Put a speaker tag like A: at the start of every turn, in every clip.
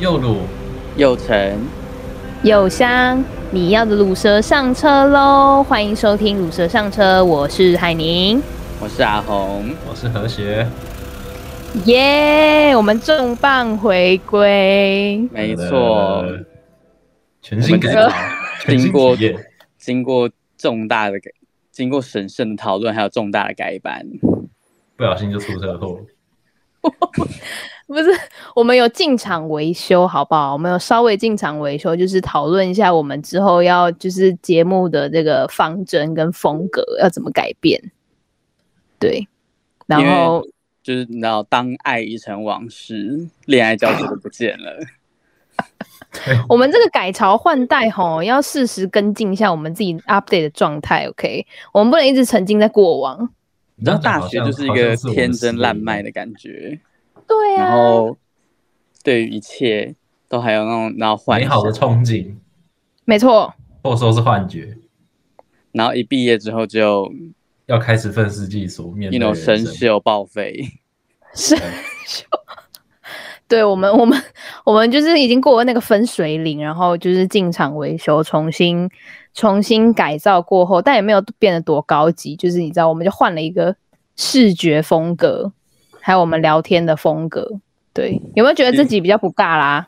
A: 右鲁，
B: 右城，
C: 友香，你要的卤蛇上车喽！欢迎收听卤蛇上车，我是海宁。
B: 我是阿红。
A: 我是和谐。
C: 耶、我们重磅回归。
B: 没错，
A: 呃，全新改
B: 我
A: 造
B: 们，
A: 全新
B: 经过
A: 体验，
B: 经过重大的改，经过审慎的讨论，还有重大的改版。
A: 不小心就出 车祸。
C: 不是，我们有进场维修，好不好？我们有稍微进场维修，就是讨论一下我们之后要就是节目的这个方针跟风格要怎么改变。对，然
B: 因为
C: 后
B: 就是你知道，当爱已成往事，恋爱教室都不见 了。
A: 哎
C: 我们这个改朝换代吼，要适时跟进一下我们自己 update 的状态，OK？我们不能一直沉浸在过往。
A: 你知道
B: 大学就是一个天真烂漫的感觉，
C: 对
B: 然
C: 啊，
B: 后对于一切都还有那种然后幻
A: 美好的
B: 想，
A: 憧憬，
C: 没错，
A: 或者说是幻觉，
B: 然后一毕业之后就
A: 要开始愤世嫉俗，面对
B: 一种
A: 人
B: 生
A: 生。
B: 锈报废。
C: 是。 对我们，我们，我们就是已经过了那个分水岭，然后就是进场维修，重新重新改造过后，但也没有变得多高级，就是你知道，我们就换了一个视觉风格，还有我们聊天的风格。对，有没有觉得自己比较不尬啦？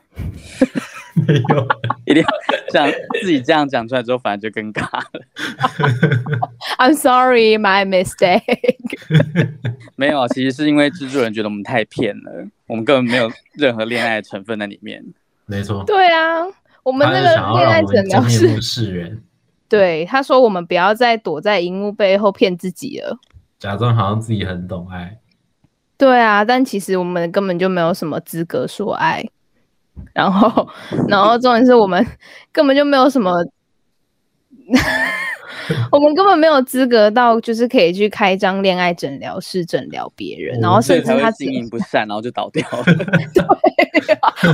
A: 没有，
B: 一定要这样，自己这样讲出来之后，反而就更尬了。
C: I'm sorry, my mistake
B: 没有啊，其实是因为制作人觉得我们太骗了，我们根本没有任何恋爱的成分在里面。
A: 没错。
C: 对啊，我们
A: 他
C: 那
A: 是
C: 个
A: 想要
C: 恋
A: 让
C: 爱
A: 我们
C: 诊疗
A: 真
C: 室
A: 面，目示人，
C: 对他说我们不要再躲在荧幕背后骗自己了。
A: 假装好像自己很懂爱。
C: 对啊，但其实我们根本就没有什么资格说爱。然后， 然后重点是我们根本就没有什么， 我们根本没有资格到就是可以去开张恋爱诊疗室诊疗别人，然后
B: 所以
C: 甚至
B: 才
C: 哦他
B: 会
C: 自
B: 经
C: 己
B: 营不善，然后就倒 掉了。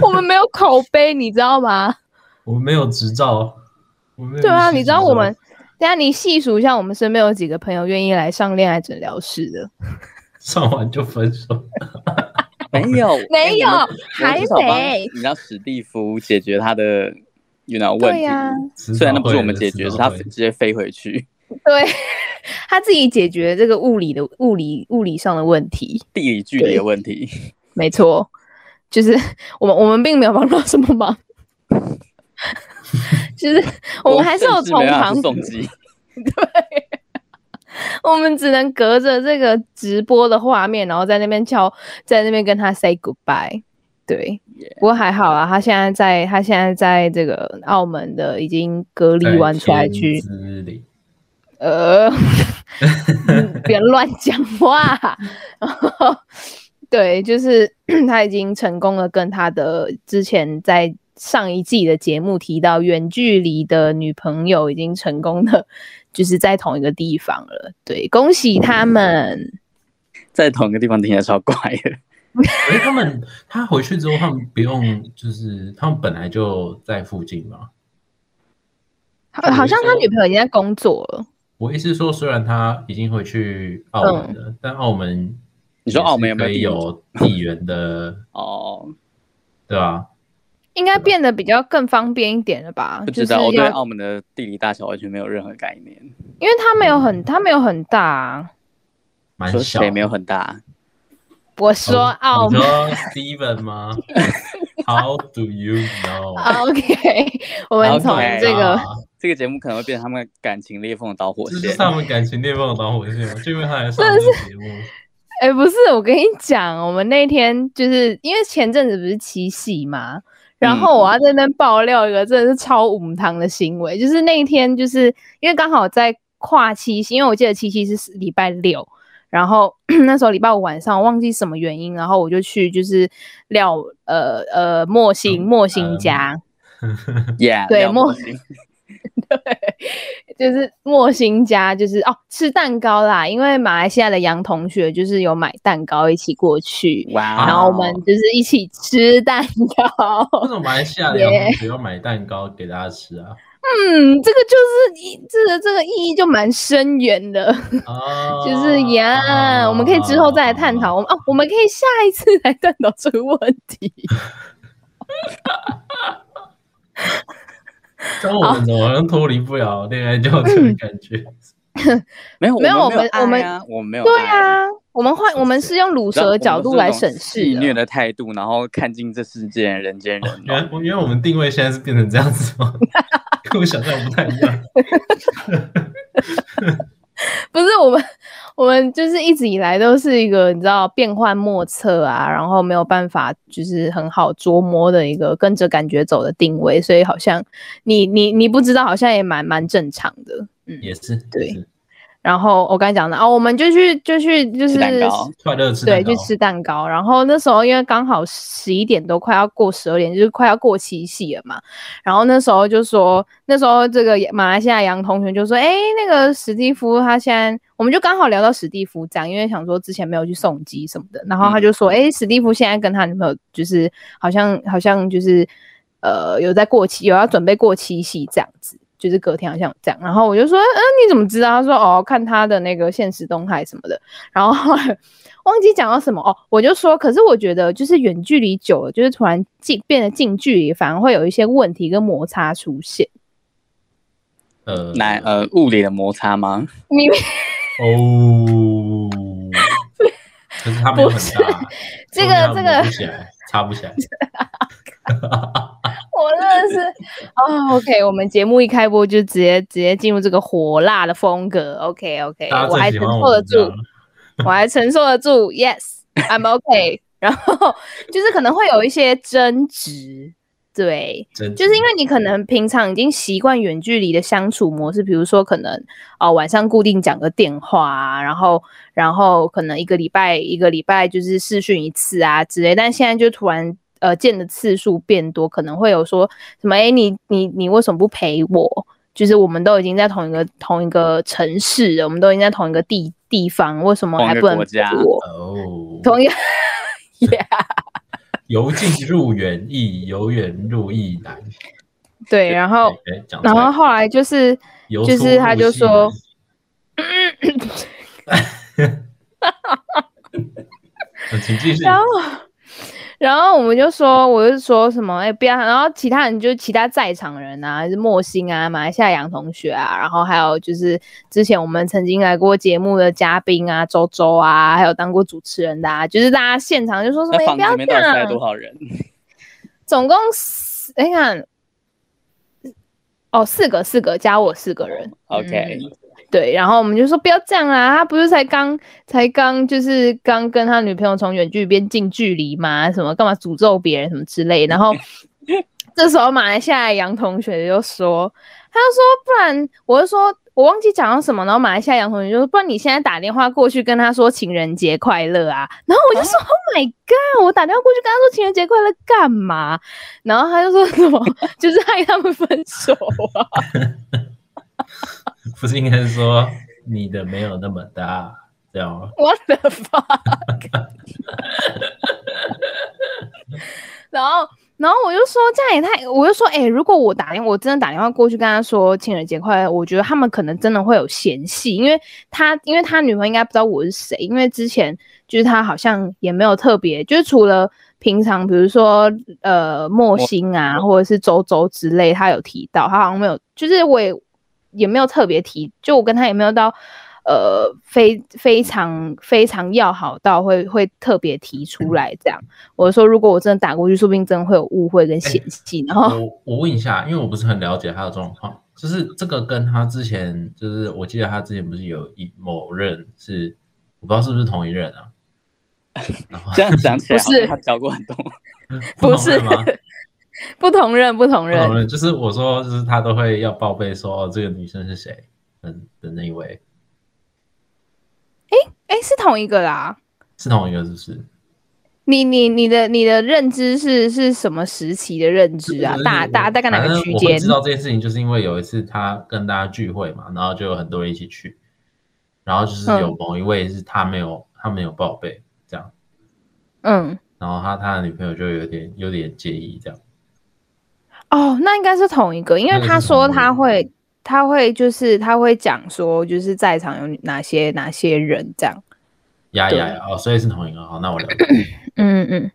C: 我们没有口碑，你知道吗？
A: 我们没有执照，我们没有
C: 对啊，
A: 医师
C: 你知道
A: 执照
C: 我们，等一下你细数一下，我们身边有几个朋友愿意来上恋爱诊疗室的？
A: 上完就分手，
B: 没有，
C: 没有
B: 哎我们我们至少
C: 还
B: 帮
C: 没
B: 你让史蒂夫解决他的 you know 问
C: 对
B: 题。
C: 呀、
B: 虽然那不是我们解决，是他
A: 他
B: 直接飞回去，
C: 对 他自己解决这个物理的物理物理上的问题。
B: 地理距离的问题。
C: 没错，就是 我们我们并没有帮到什么忙， 就是我们还是有
B: 甚至没
C: 从
B: 办法
C: 旁
B: 去，送 机，
C: 我们只能隔着这个直播的画面，然后在那边敲，在那边跟他 say goodbye。对
B: Yeah
C: 不过还好啊，他现在在他现在在这个澳门的已经隔
B: 哎
C: 离完出来去，
A: 里
C: 呃，嗯别乱讲话。然后，对，就是 他已经成功的跟他的之前在上一季的节目提到远距离的女朋友已经成功的，就是在同一个地方了。对，恭喜他们。
B: 在同一个地方听起来超怪的。
A: 可是他们他回去之后，他们不用就是他们本来就在附近嘛。
C: 好好像他女朋友已经在工作了，
A: 我意思是说，虽然他已经回去澳
C: 嗯
A: 门了，但澳门
B: 你说澳门有没有
A: 也是可以
B: 地
A: 有哦地缘的，
B: 哦，
A: 对吧？
C: 应该变得比较更方便一点了吧？
B: 不
C: 就
B: 知
C: 是
B: 道，嗯我对
C: 要，
B: 澳门的地理大小完全没有任何概念。
C: 因为他没有很，他没有很大啊。
A: 蛮
B: 说
A: 小
B: 谁
A: 的。
B: 没有很大？
C: 我说澳
A: 你
C: 门
A: 说 Steven 吗？How do you know？
C: ，OK，我们从
B: OK
C: 啊这个
A: 啊
B: 这个节目可能会变成他们感情裂缝的导火
A: 这就
B: 线
A: 是。他们感情裂缝的导火线吗？就因为他来上这个节目，
C: 哎、不是，我跟你讲，我们那天就是因为前阵子不是七夕嘛，然后我要在那边爆料一个真的是超无糖的行为，就是那一天就是因为刚好在跨七夕，因为我记得七夕是礼拜六，然后 那时候礼拜五晚上我忘记什么原因，然后我就去就是廖呃呃莫欣
A: 嗯
C: 莫欣
A: 嗯
C: 家，
B: Yeah，
C: 对
B: 廖
C: 莫
B: 莫 欣
C: 就是莫欣家，就是哦吃蛋糕啦，因为马来西亚的杨同学就是有买蛋糕一起过去，
B: 哇哦，
C: 然后我们就是一起吃蛋糕。
A: 为什么马来西亚的洋同学要买蛋糕给大家吃啊？
C: 嗯，这个就是意这个这个意义就蛮深远的，
A: 啊，
C: 就是呀，我们可以之后再来探讨。我们哦，我们可以下一次来探讨这个问题。
A: 但我们怎么好像脱离不了恋爱教程的感觉？
B: 没有
C: 没有
B: 我
C: 我们
B: 爱啊我们没有
C: 对
B: 爱啊，
C: 啊，我们换我们是用卤
B: 我
C: 蛇的角度来审视
B: 戏
C: 的
B: 虐的态度，然后看尽这世界人间人
A: 哦原
B: 道。
A: 来我原来我们定位现在是变成这样子 吗？跟我想象不太一样。
C: 不是我们， 我们就是一直以来都是一个你知道变幻莫测啊，然后没有办法就是很好捉摸的一个跟着感觉走的定位，所以好像你你你不知道，好像也蛮蛮正常的。嗯，
A: 也是，
C: 对
A: 也是，
C: 然后我刚才讲的哦，我们就去就去就是
B: 吃蛋糕，
A: 快乐吃蛋
C: 对，
A: 糕
C: 去吃蛋糕。然后那时候因为刚好十一点都快要过十二点，就是快要过七夕了嘛。然后那时候就说，那时候这个马来西亚杨同学就说：“哎，那个史蒂夫他现在，我们就刚好聊到史蒂夫这样，因为想说之前没有去送机什么的。然
A: 嗯
C: 后他就说：‘哎、史蒂夫现在跟他女朋友就是好像好像就是呃有在过期，有要准备过七夕这样子。’就是隔天好像有这样，然后我就说，嗯，你怎么知道？他说，哦，看他的那个现实动态什么的。然后后来忘记讲到什么哦，我就说，可是我觉得就是远距离久了，就是突然近变得近距离，反而会有一些问题跟摩擦出现。
A: 呃
B: 男呃物理的摩擦吗？
C: 你
A: 哦，可是他没有很大，
C: 这
A: 所以他
C: 个这
A: 抹
C: 个
A: 不，起来，插不起 来。
C: 我真的是哦，OK，我们节目一开播就直接直接进入这个火辣的风格，OK OK，
A: 大
C: 我
A: 家
C: 还
A: 最喜
C: 承
A: 欢
C: 受
A: 我
C: 得
A: 们这
C: 住
A: 样，，
C: 我还承受得住，Yes，I'm OK。然 后就是可能会有一些争执，对，
A: 真
C: 就是因为你可能平常已经习惯远距离的相处模式，比如说可能哦、呃晚上固定讲个电话啊，然后然后可能一个礼拜一个礼拜就是视讯一次啊之类，但现在就突然呃见的次数变多，可能会有说什么哎、诶你你你为什么不陪我？就是我们都已经在同一个同一个城市了，我们都已经在同一个地地方，为什么
B: 同一
C: 还
B: 个
C: 不能
B: 国
C: 陪
B: 家
C: 我？
A: 哦，
C: 同一个 yeah,
A: 由近入远易，由远入易难。
C: 对，然后
A: 哎，哎讲出
C: 哦然
A: 来
C: 后后来就是
A: 由
C: 就
A: 粗
C: 是他
A: 入
C: 就
A: 细
C: 说
A: 难 嗯 请继续。
C: 然后，然后我们就说，我就说什么，哎、不要。然后其他人就其他在场的人啊，就是莫欣啊、马来西亚杨同学啊，然后还有就是之前我们曾经来过节目的嘉宾啊，周周啊，还有当过主持人的啊，就是大家现场就说什么，
B: 那
C: 哎、
B: 房
C: 不
B: 子
C: 要
B: 里面到底塞了
C: 这
B: 多
C: 样。嗯
B: 少人？
C: 总共四，哎、看，哦，四个，四个加我四个人。
B: OK，
C: 对，然后我们就说不要这样啦，他不是才刚才刚就是刚跟他女朋友从远距离变近距离嘛，什么干嘛诅咒别人什么之类，然后这时候马来西亚的杨同学就说，他就说不然，我就说我忘记讲到什么，然后马来西亚杨同学就说不然你现在打电话过去跟他说情人节快乐啊，然后我就说、Oh my god，我打电话过去跟他说情人节快乐干嘛？然后他就说什么 就是害他们分手啊。
A: 不是应该说你的没有那么大，这样吗？
C: What the fuck？然后，然后我就说这样也太，我就说，哎、如果我打电我真的打电话过去跟他说情人节快乐，我觉得他们可能真的会有嫌隙，因为他因为他女朋友应该不知道我是谁，因为之前就是他好像也没有特别，就是除了。平常比如说呃莫欣啊，或者是周周之类，他有提到，他好像没有，就是我也也没有特别提，就我跟他也没有到呃非非常非常要好到会会特别提出来这样。我说如果我真的打过去，说不定真的会有误会跟嫌弃，然后
A: 我我问一下，因为我不是很了解他的状况，就是这个跟他之前，就是我记得他之前不是有一某任是，我不知道是不是同一任啊？然后
B: 这样想起来，
C: 不是
B: 他教过很 多。
C: 不
A: 同任
C: 是
A: 吗？
C: 不同人不同
A: 不
C: 人
A: 同，任就是我说，就是他都会要报备说、哦、这个女生是谁，嗯的那一位
C: 哎、是同一个啦。
A: 是同一个是不是？
C: 你你你的你的认知是是什么时期的认知啊
A: 就？是
C: 大大大概哪
A: 反
C: 个
A: 正
C: 区
A: 我会
C: 间
A: 知？道这件事情，就是因为有一次他跟大家聚会嘛，然后就有很多人一起去，然后就是有
C: 嗯
A: 某一位是他没有、他没有报备这样，
C: 嗯，
A: 然后他他的女朋友就有点有点介意这样，
C: 哦，那应该是同一个，因为
A: 那个是
C: 他说
A: 同一
C: 他
A: 个
C: 会他会就是他会讲说就是在场有哪些哪些人这样。
A: 呀
C: 对
A: 呀呀哦，所以是同一个，好，那我了解。
C: 嗯嗯，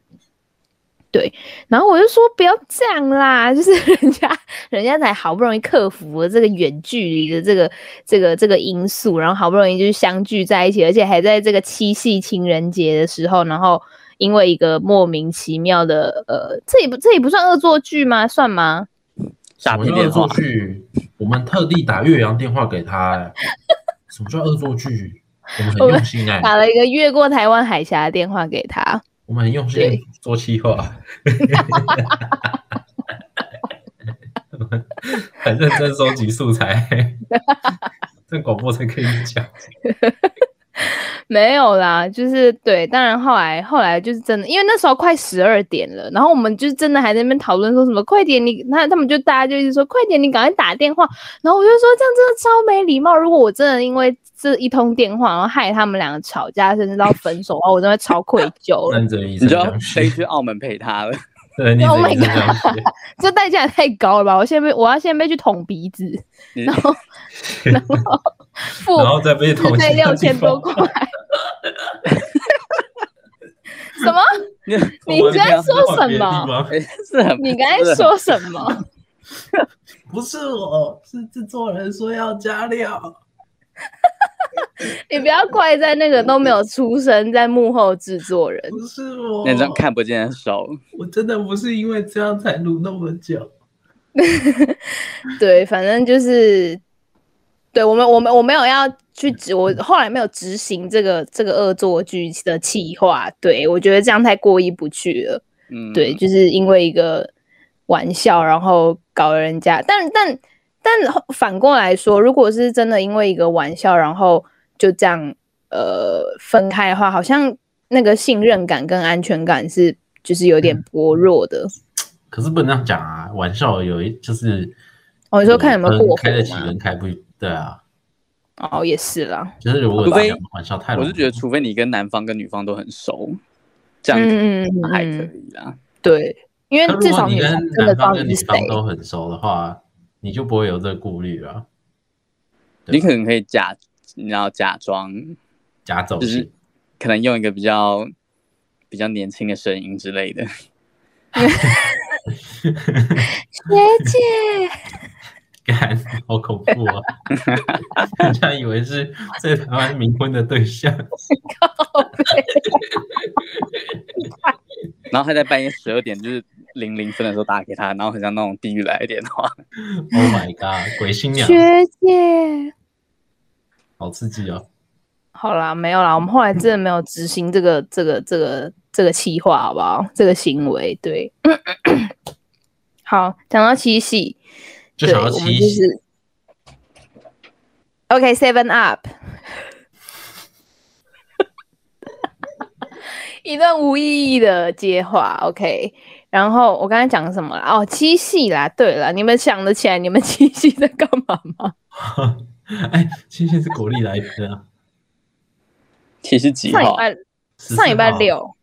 C: 对，然后我就说不要这样啦，就是 人家人家才好不容易克服了这个远距离的这个这个这个因素，然后好不容易就是相聚在一起，而且还在这个七夕情人节的时候，然后因为一个莫名其妙的呃，这也不这也不算恶作剧吗？算吗？
B: 诈
A: 什么
B: 骗
A: 叫
B: 电
A: 恶
B: 话
A: 作，剧？我们特地打岳阳电话给他、哎什么叫恶作剧？我们很用心哎、
C: 打了一个越过台湾海峡的电话给他，
A: 我们很用心
C: 对
A: 做企划， 很认真收集素材。这广播才可以讲，
C: 没有啦，就是对，当然后来后来就是真的，因为那时候快十二点了，然后我们就是真的还在那边讨论说什么快点你，那他们就大家就一直说快点你赶快打电话，然后我就说这样真的超没礼貌，如果我真的因为这一通电话然后害他们两个吵架甚至到分手的话，我真的超愧 疚了，
A: 认真医
B: 你
A: 生
B: 就要
A: 讲
B: 飞
A: 学，
B: 去澳门陪他了。
A: 对，你
C: Oh
A: 这
C: my
A: 医生讲学，
C: 这代价也太高了吧！我现在被我要现在被去捅鼻 子，
B: 你
C: 然后然后付
A: 嗯然后再被
C: 自
A: 同
C: 费
A: 情
C: 六千多块， 什么？
B: 你
C: 你在说什么？
B: 哎是 很
C: 你刚才说什么？
A: 不是我，是制作人说要加料。
C: 你不要怪在那个都没有出声，在幕后制作人。
A: 不是我
B: 那张看不见的手，
A: 我真的不是因为这样才录那么久。
C: 对，反正就是，对我们，我们我没有要去执，我后来没有执行这个这个恶作剧的企划。对我觉得这样太过意不去了。
B: 嗯，
C: 对，就是因为一个玩笑，然后搞了人家。但但但反过来说，如果是真的因为一个玩笑，然后就这样呃分开的话，好像那个信任感跟安全感是就是有
A: 嗯
C: 点薄弱的。
A: 可是不能这样讲啊，玩笑有一就是，
C: 哦，你说看有没有过火
A: 嗯开得起
C: 吗？
A: 跟开不对啊，
C: 哦，也是啦。
A: 就是如果
B: 除非
A: 打玩笑太，
B: 我是觉得，除非你跟男方跟女方都很熟，这样子
C: 嗯嗯嗯
B: 还
C: 嗯，
B: 可
C: 嗯
B: 以啦。
C: 对，因为
A: 可
C: 至
A: 如果
C: 少
A: 你
C: 女
A: 跟
C: 生真的
A: 男
C: 知道
A: 方跟
C: 你
A: 女
C: 是
A: 方
C: 谁。
A: 都很熟的话，你就不会有这个顾虑了，对
B: 你可能可以假，你要假装，
A: 假走
B: 就
A: 心
B: 是。可能用一个比较比较年轻的声音之类的。
C: 学姐，
A: 干，好恐怖 啊！人家以为是在台湾冥婚的对象，
B: 然后他在半夜十二点就是零零分的时候打给他，然后很像那种地狱来的电话。
A: Oh my god，鬼新 娘，
C: 学姐。
A: 好刺激哦！
C: 好啦，没有啦，我们后来真的没有执行这个、这个、这个、这个计划，好不好？这个行为，对。好，讲到七夕，
A: 就
C: 对
A: 想要
C: 我们
A: 七
C: 就
A: 夕，
C: 是 OK Seven Up，一段无意义的接话，OK。然后我刚才讲什么啦？哦，七夕啦，对了，你们想得起来你们七夕在干嘛吗？
A: 哎，七夕是国历来的啊，
B: 其实几
C: 上礼
B: 号？
C: 拜
A: 14
C: 上礼拜
A: 号，
C: 六，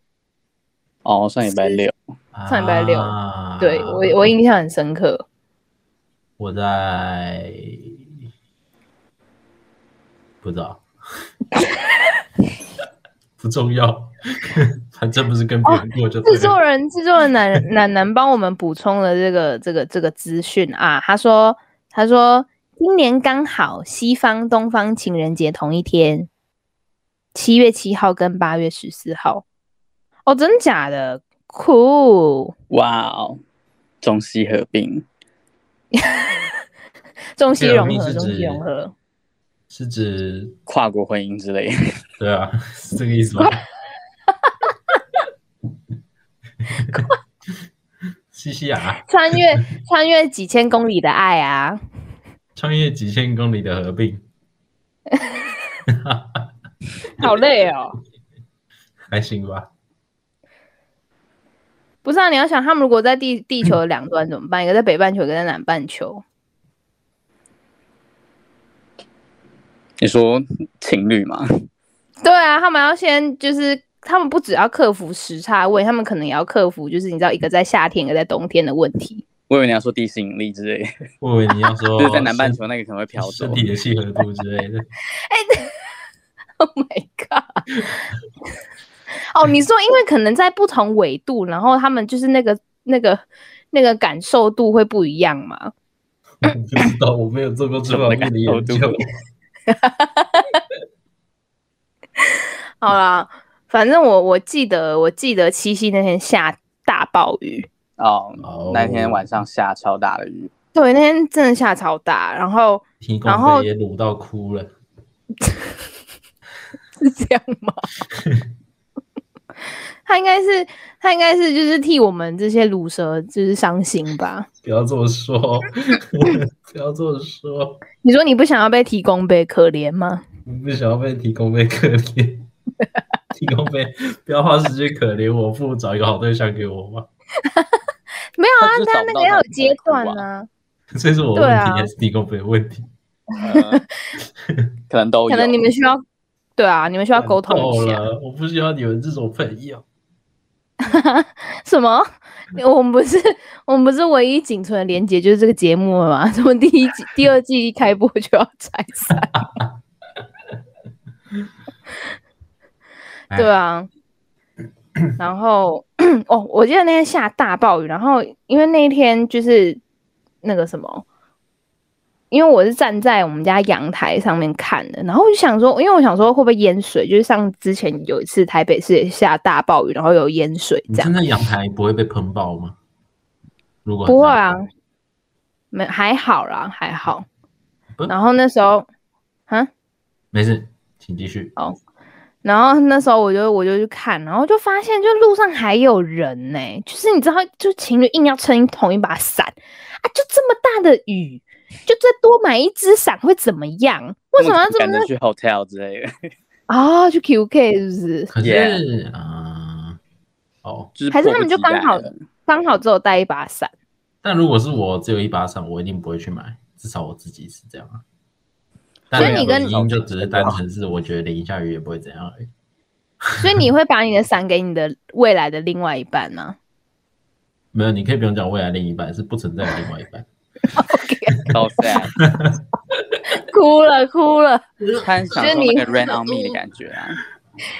B: 哦，上礼拜六。
A: 上
C: 上礼拜六
A: 啊、
C: 对我我印象很深刻。
A: 我在不知道， 不重要，反正不是跟别人过就对
C: 制
A: 了。
C: 哦作人，制作人男 男男帮我们补充了这个这个这个资讯啊，他说他说今年刚好西方东方情人节同一天，七月七号跟八月十四号。哦，真假的？酷！
B: 哇哦，中西合并。
C: 中西
A: 这个
C: 融
A: 密
C: 合，
A: 是
C: 中西
A: 指
C: 融合。
A: 是指
B: 跨国婚姻之类 的，
A: 对啊，是这个意思吗？ 西西啊，
C: 穿 越穿越几千公里的爱啊！
A: 穿越几千公里的合并，
C: 好累哦。
A: 还行吧？
C: 不是啊，你要想，他们如果在地地球的两端怎么办？一个在北半球，一个在南半球。
B: 你说情侣嘛？
C: 对啊，他们要先就是，他们不只要克服时差问题，他们可能也要克服，就是你知道一个在夏天，一个在冬天的问题。
B: 我以为你要说地心引力之类的，
A: 我以为你要说
B: 就是在南半球那个可能会飘
A: 身
B: 走。
A: 体的契 合度之类的，
C: Oh my god！哦，你说因为可能在不同纬度，然后他们就是那个那个那个感受度会不一样嘛？
A: 我不知道，我没有做过这方面的研究
B: 什么的感受度。
C: 好啦，反正我我记得我记得七夕那天下大暴雨，
B: 哦，
A: 哦
B: 那天晚上下超大的雨，
C: 对，那天真的下超大，然后
A: 提供
C: 然后
A: 的也卤到哭了，
C: 是这样吗？ 他应该是他应该是就是替我们这些乳蛇就是伤心吧？
A: 不要这么说， 不要这么说，
C: 你说你不想要被提供呗？可怜吗？
A: 我不想要被提供被可怜， 提供被不要花时间可怜我，不如找一个好对象给我吧。
C: 没有啊
B: 他就，
C: 他
B: 找不
C: 那
B: 到
C: 个要有
B: 男生
C: 阶
B: 哭
C: 段
B: 啊
C: 啊，
A: 这是我
C: 对
A: 问
C: 啊
A: 题还是提供被的问题？
B: 呃 可能都有，
C: 可能你们需要对啊，你们需要沟通一
A: 够
C: 下。
A: 了，我不需要你们这种朋友。
C: 什么？我们不是 我们不是唯一仅存的连接就是这个节目了吗？ 怎么第一季、第二季一开播就要拆散？
A: 哎
C: 对，啊。然后 哦，我记得那天下大暴雨，然后因为那一天就是那个什么，因为我是站在我们家阳台上面看的，然后我就想说，因为我想说会不会淹水，就是像之前有一次台北市也下大暴雨，然后有淹水
A: 你
C: 这样
A: 站。在阳台不会被喷爆吗？如果很
C: 不会
A: 大
C: 啊，没还好啦，还好
A: 不。
C: 然后那时候，啊，
A: 没事，请继续。
C: 然后那时候我就我就去看，然后就发现就路上还有人呢、就是你知道，就情侣硬要撑同一把伞啊，就这么大的雨，就再多买一只伞会怎么样？为什么要这
B: 赶
C: 么
B: 着去 hotel 之类的？
C: 啊？去 QK 是不是？
A: 可是
B: Yeah
A: 啊、哦，
B: 就是
C: 还是他们就
B: 迫不及待
C: 刚好
B: 了
C: 刚好只有带一把伞，
A: 但如果是我只有一把伞，我一定不会去买，至少我自己是这样啊。
C: 所以
A: 但
C: 你跟
A: 原因就只是单纯是我觉得淋一下雨也不会怎样而已。
C: 所以你会把你的伞给你的未来的另外一半吗？
A: 没有，你可以不用讲未来另一半是不存在的另外一半。
B: 超 sad，
C: 哭了哭了
B: 他很享
C: 觉得
B: 受
C: 你
B: 那个 rain on me 的感觉啊，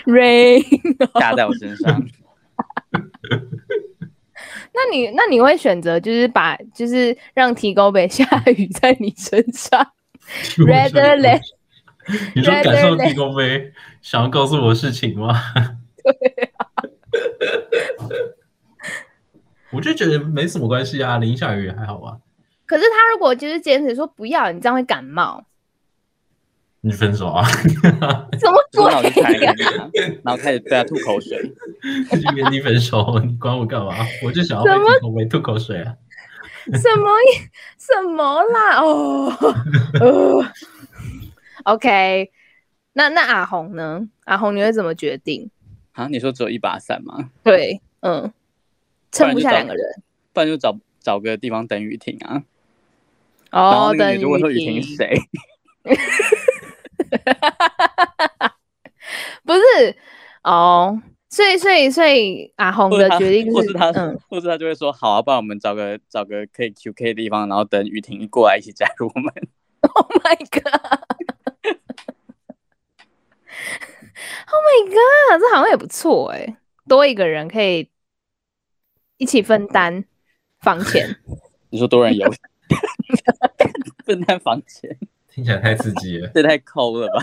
C: ，Rain。
B: 打在我身 上。
C: 那你那你会选择就是把就是让提高北 下雨在你身上，rather than
A: 你说感受
C: rather than-
A: 提供杯想要告诉我的事情吗？ 对啊。我就觉得没什么关系啊，淋一下雨还好吧。
C: 可是他如果就是坚持说不要，你这样会感冒，
A: 你分手啊，
C: 什么
B: 就是那我就
C: 鬼
B: 踩
C: 呀、
B: 人家，然后开始对他吐口水。
A: 已经跟你分手，你管我干嘛？我就想要
C: 怎
A: 被提供杯吐口水啊。
C: 什么意什么啦？哦，呃，OK，那那阿红呢？阿红你会怎么决定？
B: 啊，你说只有一把伞吗？
C: 对，嗯，
B: 不
C: 撑
B: 然就
C: 不下
B: 找
C: 两个人
B: 不然就找找个地方等雨停啊。然
C: 哦
B: 后，那个
C: 等
B: 女就问说雨
C: 停
B: 停是谁？
C: 不是哦，所以所以所以阿红
B: 或者
C: 的
B: 他
C: 决定
B: 或是他，
C: 嗯，
B: 或是他就会说好啊，不然我们找个找个可以 QK 的地方，然后等雨停过来一起加入我们。
C: Oh my god! Oh my god! 这好像也不错哎、多一个人可以一起分担房钱。
B: 你说多人 游，分担房钱，，
A: 听起来太刺激了
B: 这太抠了吧？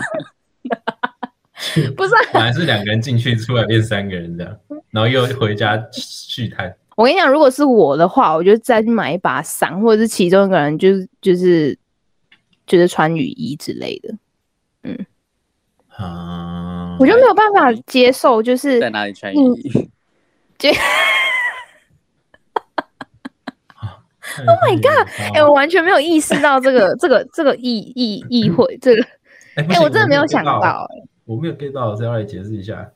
C: 不是啊、
A: 本来是两个人进去，出来变三个人这样，然后又回家续摊。
C: 我跟你讲，如果是我的话，我就再去买一把伞，或者是其中一个人就是就是就是穿雨衣之类的。
A: 啊，
C: 我就没有办法接受，就是
B: 在哪里穿雨
C: 嗯
B: 衣？
A: Oh my god！
C: 哎、我完全没有意识到这个这个这个意意意会这个，
A: 哎不
C: 哎、
A: 行
C: 我真的没有想
A: 我
C: 到、
A: 我没有 get 到，所以要来解释一下。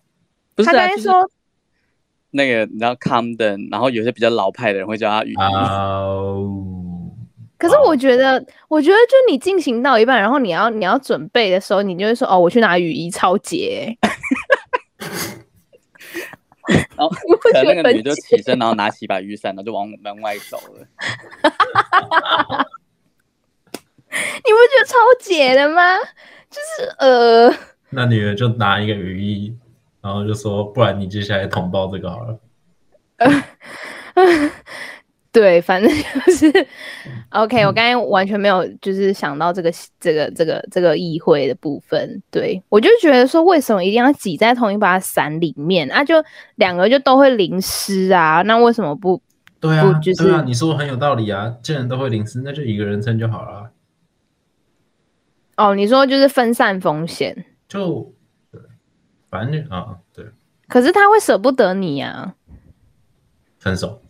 B: 不
C: 哎
B: 是
C: 他
B: 啊，
C: 刚
B: 就
C: 才
B: 是
C: 说
B: 那个你知道 Camden，然后有些比较老派的人会叫他雨衣。
A: 啊，
C: 可是
B: 哦
C: 我觉得，我觉得就你进行到一半，然后你要你要准备的时候，你就会说哦，我去拿雨衣超欸节、
B: 然后
C: 你不
B: 哦可能
C: 觉
B: 那
C: 得
B: 个
C: 很
B: 女就
C: 解
B: 起身，然后拿起把雨伞，然后就往门外走了。
C: 你不觉得超节的吗？就是呃，
A: 那女的就拿一个雨衣，然后就说不然你接下来捅爆这个好了。
C: 对，反正就是 OK。我
B: 嗯
C: 刚才完全没有就是想到这个这个这个这个议会的部分。对我就觉得说，为什么一定要挤在同一把伞里面啊？就两个就都会淋湿啊，那为什么不？
A: 对啊，
C: 不就是
A: 对啊，你说很有道理啊，既然都会淋湿，那就一个人撑就好了啊。
C: 哦，你说就是分散风险，
A: 就对，反正就啊啊对，
C: 可是他会舍不得你啊？
A: 分手。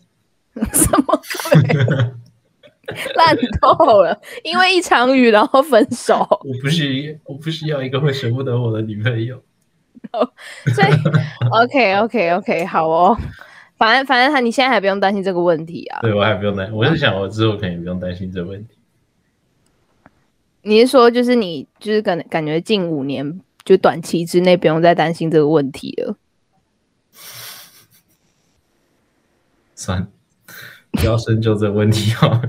C: 什么鬼？ 烂透了，因为一场雨然后分手。
A: 我不是我不需要一个会舍不得我的女朋友。
C: 所以 OK OK OK 好哦，反正反正他你现在还不用担心这个问题啊。
A: 对我还不用担，我是想我之后可能也不用担心这个问题。
C: 你是说就是你就是感感觉近五年就短期之内不用再担心这个问题了？
A: 算了，不要深究这个问题哦，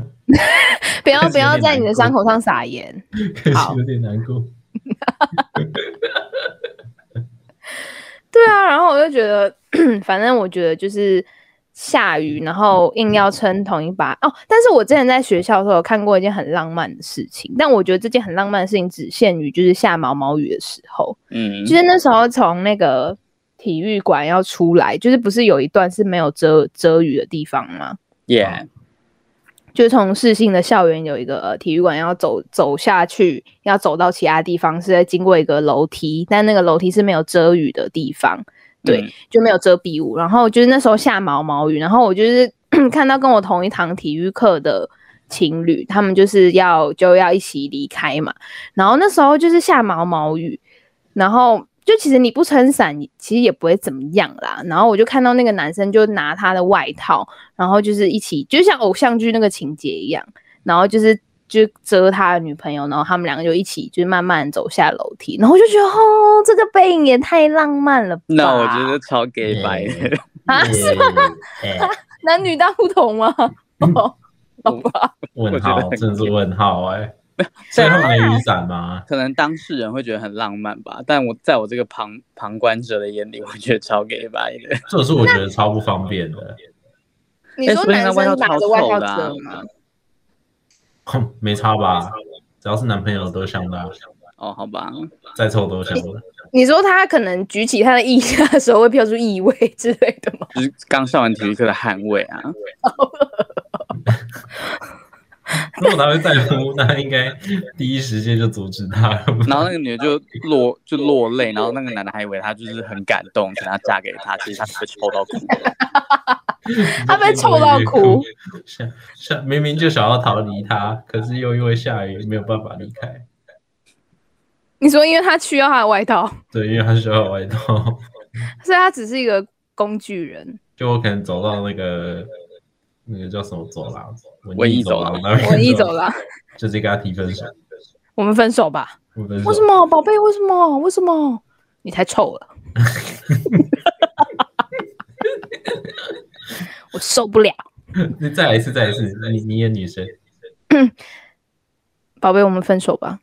C: 不要
A: 开始
C: 不
A: 有
C: 要
A: 点
C: 在
A: 难
C: 你的
A: 过
C: 伤口上撒盐。
A: 开
C: 好
A: 始有点难过。
C: 对啊，然后我就觉得， 反正我觉得就是下雨，然后硬要撑同一把哦。但是我之前在学校的时候有看过一件很浪漫的事情，但我觉得这件很浪漫的事情只限于就是下毛毛雨的时候。
B: 嗯，
C: 就是那时候从那个体育馆要出来，就是不是有一段是没有遮遮雨的地方吗？
B: 耶，
C: 就是从市性的校园有一个、呃体育馆要走走下去，要走到其他地方是在经过一个楼梯，但那个楼梯是没有遮雨的地方，对，
B: 嗯
C: 就没有遮蔽物。然后就是那时候下毛毛雨，然后我就是 看到跟我同一堂体育课的情侣，他们就是要就要一起离开嘛。然后那时候就是下毛毛雨，然后就其实你不撑伞，其实也不会怎么样啦。然后我就看到那个男生就拿他的外套，然后就是一起，就像偶像剧那个情节一样，然后就是。就遮他的女朋友，然后他们两个就一起，就是慢慢走下楼梯，然后我就觉得，哦，这个背影也太浪漫了吧！
B: 那我觉得超 gay 白的。
C: 啊
B: 嗯
A: 是吗？哎
C: 男女大不同吗？
B: 嗯
C: 哦，好吧，
A: 问
B: 我觉得
A: 号，
B: 很
A: 真的是问号哎、所以他们
C: 啊
A: 没雨伞吗？
B: 可能当事人会觉得很浪漫吧，但我在我这个旁旁观者的眼里，我觉得超 gay 白的。
A: 这是我觉得超不方便的。
C: 你
B: 哎
C: 说
B: 所以
C: 男
B: 那
C: 生
B: 外套
C: 拿
B: 超
C: 着外
B: 臭
C: 套
B: 的啊
C: 遮吗？
A: 哼，没差吧？只要是男朋友都香的啊、
B: 哦，好吧，
A: 再臭都香的。
C: 你说他可能举起他的腋下的时候会飘出异味之类的吗？
B: 就是刚上完体育课的汗味啊。
A: 如果他会再哭，那应该第一时间就阻止他了吧。
B: 然后那个女的就落就落泪，然后那个男的还以为她就是很感动，想要嫁给他，其实她是被抽到哭的。
C: 他被臭到哭。
A: 像像明明就想要逃离他，可是又因为下雨没有办法离开。
C: 你说因为他需要他的外套，
A: 对，因为他需要外套。
C: 所以他只是一个工具人。
A: 就我可能走到那个那个叫什么走廊，
B: 文艺
A: 走
B: 走
A: 廊
B: 廊
A: 那边，
C: 我一走了，
A: 就直接跟他提分手。
C: 我们分手吧？
A: 我分手
C: 为什么，宝贝？为什么？为什么？你太臭了， 我受不了，
A: 你再来一次，再来一次，你你演女生。
C: 宝贝，我们分手吧。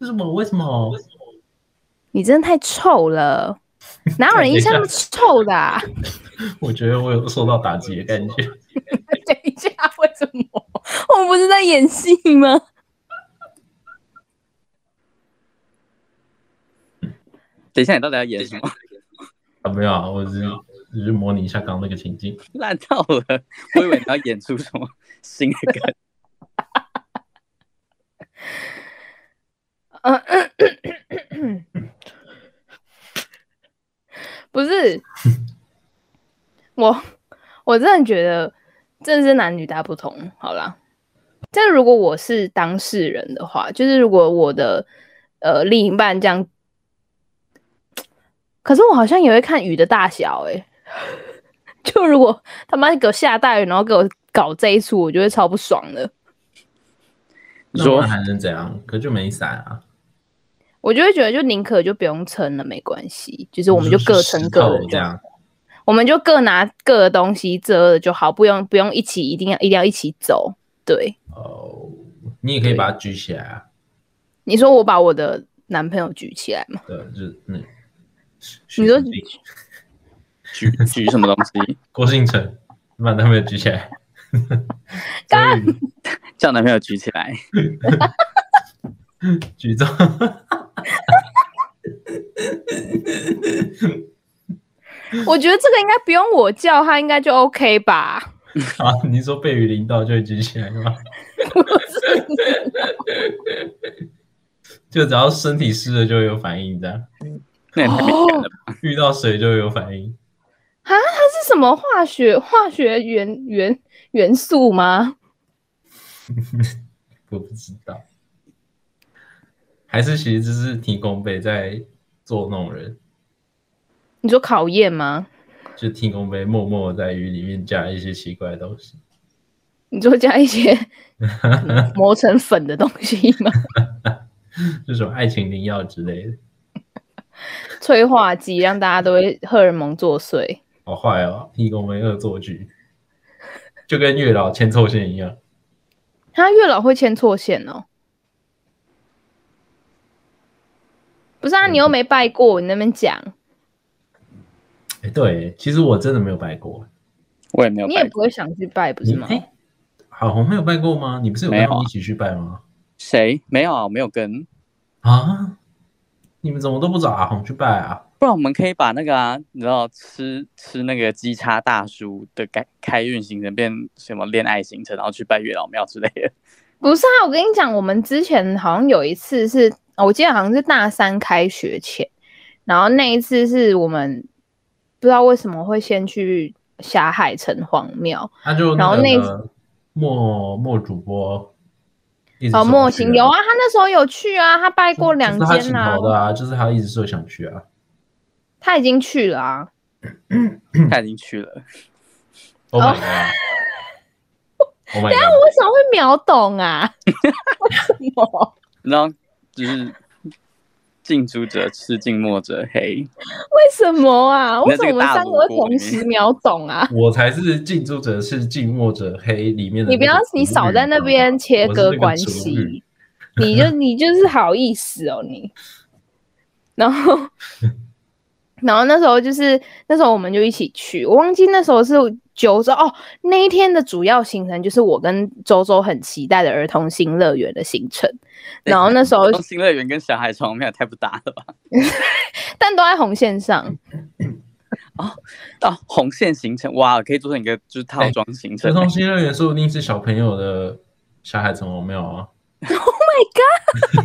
A: 为什么？为什么？
C: 你真的太臭了，哪有
B: 哎
C: 人一下那么臭的、啊？
A: 我觉得我有受到打击的感觉。
C: 等一下，为什么？我们不是在演戏吗？
B: 等一下，你到底要演什么？
A: 啊，没有啊，我只是只是模拟一下刚刚那个情境。
B: 烂到了，我以为你要演出什么 新的梗。
C: 不是，我我真的觉得真的是男女大不同。好啦，但如果我是当事人的话，就是如果我的呃另一半这样，可是我好像也会看雨的大小诶、 就如果他妈给我下大雨，然后给我搞这一出，我就会超不爽的。
B: 你
A: 那
B: 说
A: 不然还能怎样？可就没伞啊。
C: 我就会觉得，就宁可就不用撑了，没关系，就是我们就各撑各
A: 就是
C: 的
A: 石头这，样。
C: 我们就各拿各的东西遮了就好，不用不用一起，一定要一定要一起走。对，
A: 哦，你也可以把它举起来啊。
C: 你说我把我的男朋友举起来嘛？
A: 对，就是那许
C: 你说
A: 志明
B: 举举什么东西，
A: 郭姓成，把他们举起来。
C: 干
A: 所以
B: 叫男朋友举起来。
A: 举重，
C: 我觉得这个应该不用我叫，他应该就 OK 吧？
A: 啊，你说被雨淋到就会举起来吗？就只要身体湿了就会有反应，这样
B: 那也太敏感了
C: 哦
B: 吧？
A: 遇到水就会有反应。
C: 啊，它是什么化学化学元元元素吗？
A: 我不知道，还是其实这是提供杯在捉弄人，
C: 你说考验吗？
A: 就提供杯默默在鱼里面加一些奇怪的东西。
C: 你说加一 些嗯磨成粉的东西吗？
A: 这种爱情灵药之类的，
C: 催化剂让大家都会荷尔蒙作祟。
A: 好坏哦，提供杯恶作剧，就跟月老牵错线一样。
C: 他月老会牵错线哦。不是啊，
A: 嗯
C: 你又没拜过，你那边讲，
A: 哎、对，其实我真的没有拜过，
B: 我也没有
C: 你也
B: 拜过。
C: 不会想去拜，不是吗
A: 你？哎，好红没有拜过吗？你不是有
B: 没
A: 跟
B: 有
A: 他们一
B: 啊
A: 起去拜吗？
B: 谁？没有啊，我没有跟。
A: 啊，你们怎么都不找阿红去拜啊？
B: 不然我们可以把那个啊，你知道吃吃那个鸡叉大叔的开开运行程变什么恋爱行程，然后去拜月老庙之类 的。
C: 不是啊，我跟你讲，我们之前好像有一次是，哦我记得好像是大三开学前，然后那一次是我们不知道为什么会先去霞海城隍庙，
A: 他就
C: 然后那
A: 个莫莫主播一直
C: 哦，
A: 说
C: 莫
A: 去
C: 星有啊，，他那时候有去啊，他拜过两
A: 就是他起
C: 间啦、
A: 头的啊，就是他一直说想去啊。
C: 他已经去了啊，
B: 他已经去了，
A: Oh
C: 哦
A: my god！Oh my god！
C: 为什么会秒懂啊？为什么？
B: 你知道，就是近朱者赤，近墨者黑。
C: 为什么啊？为什么我们三个会同
B: 你在这
C: 时
B: 个
C: 秒懂啊？
A: 我才是近朱者赤，近墨者黑里面的那个主语。
C: 你不要，你少在那边切割关
A: 我是那个主
C: 系
A: 语，
C: 你就你就是好意思哦你。然后， 然后那时候就是那时候我们就一起去，我忘记那时候是九州哦，那一天的主要行程就是我跟周周很期待的儿童新乐园的行程，然后 那时候
B: 哎然后新乐园跟小海床庙也太不搭了吧？
C: 但都在红线上，
B: 哦，红线行程哇，可以做成一个就是套装行
A: 儿
B: 程。
A: 童新乐园说不定是小朋友的小孩子，我没有啊。
C: Oh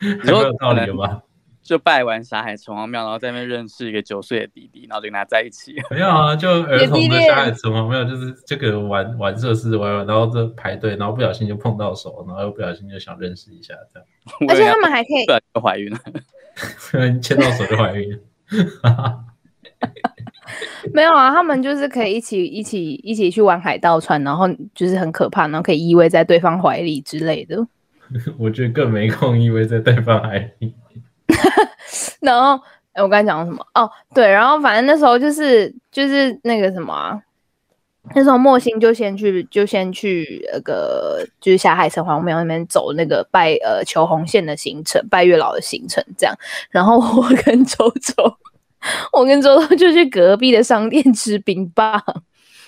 B: 你
A: 还没
B: 说
A: 有道理了吧？
B: 就拜完小海城隍庙，然后在那边认识一个九岁的弟弟，然后就跟他在一 起。
A: 没有啊，就儿童
C: 姐弟
A: 的
C: 恋
A: 小孩子嘛，没有，就是这个玩玩设施玩玩，然后这排队，然后不小心就碰到手，然后又不小心就想认识一下，这
B: 啊
C: 而且他们还可以
B: 不然就怀 孕了。
A: 样 牵到手就怀孕了。
C: 没有啊，他们就是可以一起一起一起去玩海盗船，然后就是很可怕，然后可以依偎在对方怀里之类的。
A: 我觉得更没空，因为在对方海里。
C: 然后，哎，我刚才讲了什么？哦，对，然后反正那时候就是就是那个什么啊，那时候莫欣就先去就先去那个就是霞海城隍庙那边走那个拜呃求红线的行程，拜月老的行程这样。然后我跟周周，我跟周周就去隔壁的商店吃冰棒。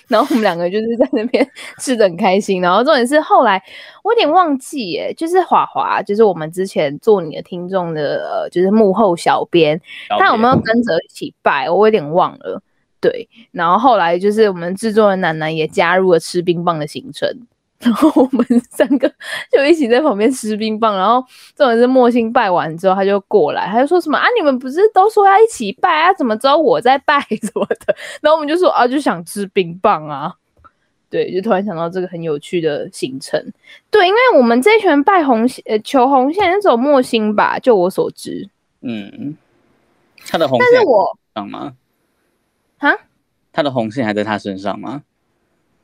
C: 然后我们两个就是在那边吃的很开心，然后重点是后来我有点忘记耶，就是华华，就是我们之前做你的听众的，呃，就是幕后小编，他有没有跟着一起拜？我有点忘了。对，然后后来就是我们制作人楠楠也加入了吃冰棒的行程， 然后我们三个就一起在旁边吃冰棒。然后重点是莫欣拜完之后，他就过来，他就说什么啊，你们不是都说要一起拜啊？怎么知道我在拜什么的？ 然后我们就说啊，就想吃冰棒啊。对，就突然想到这个很有趣的行程。对，因为我们这群人拜红线呃求红线是走莫星吧，就我所知。
B: 嗯，他的红
C: 但
B: 线
C: 是我
B: 上吗？
C: 啊，
B: 他的红线还在他身上吗？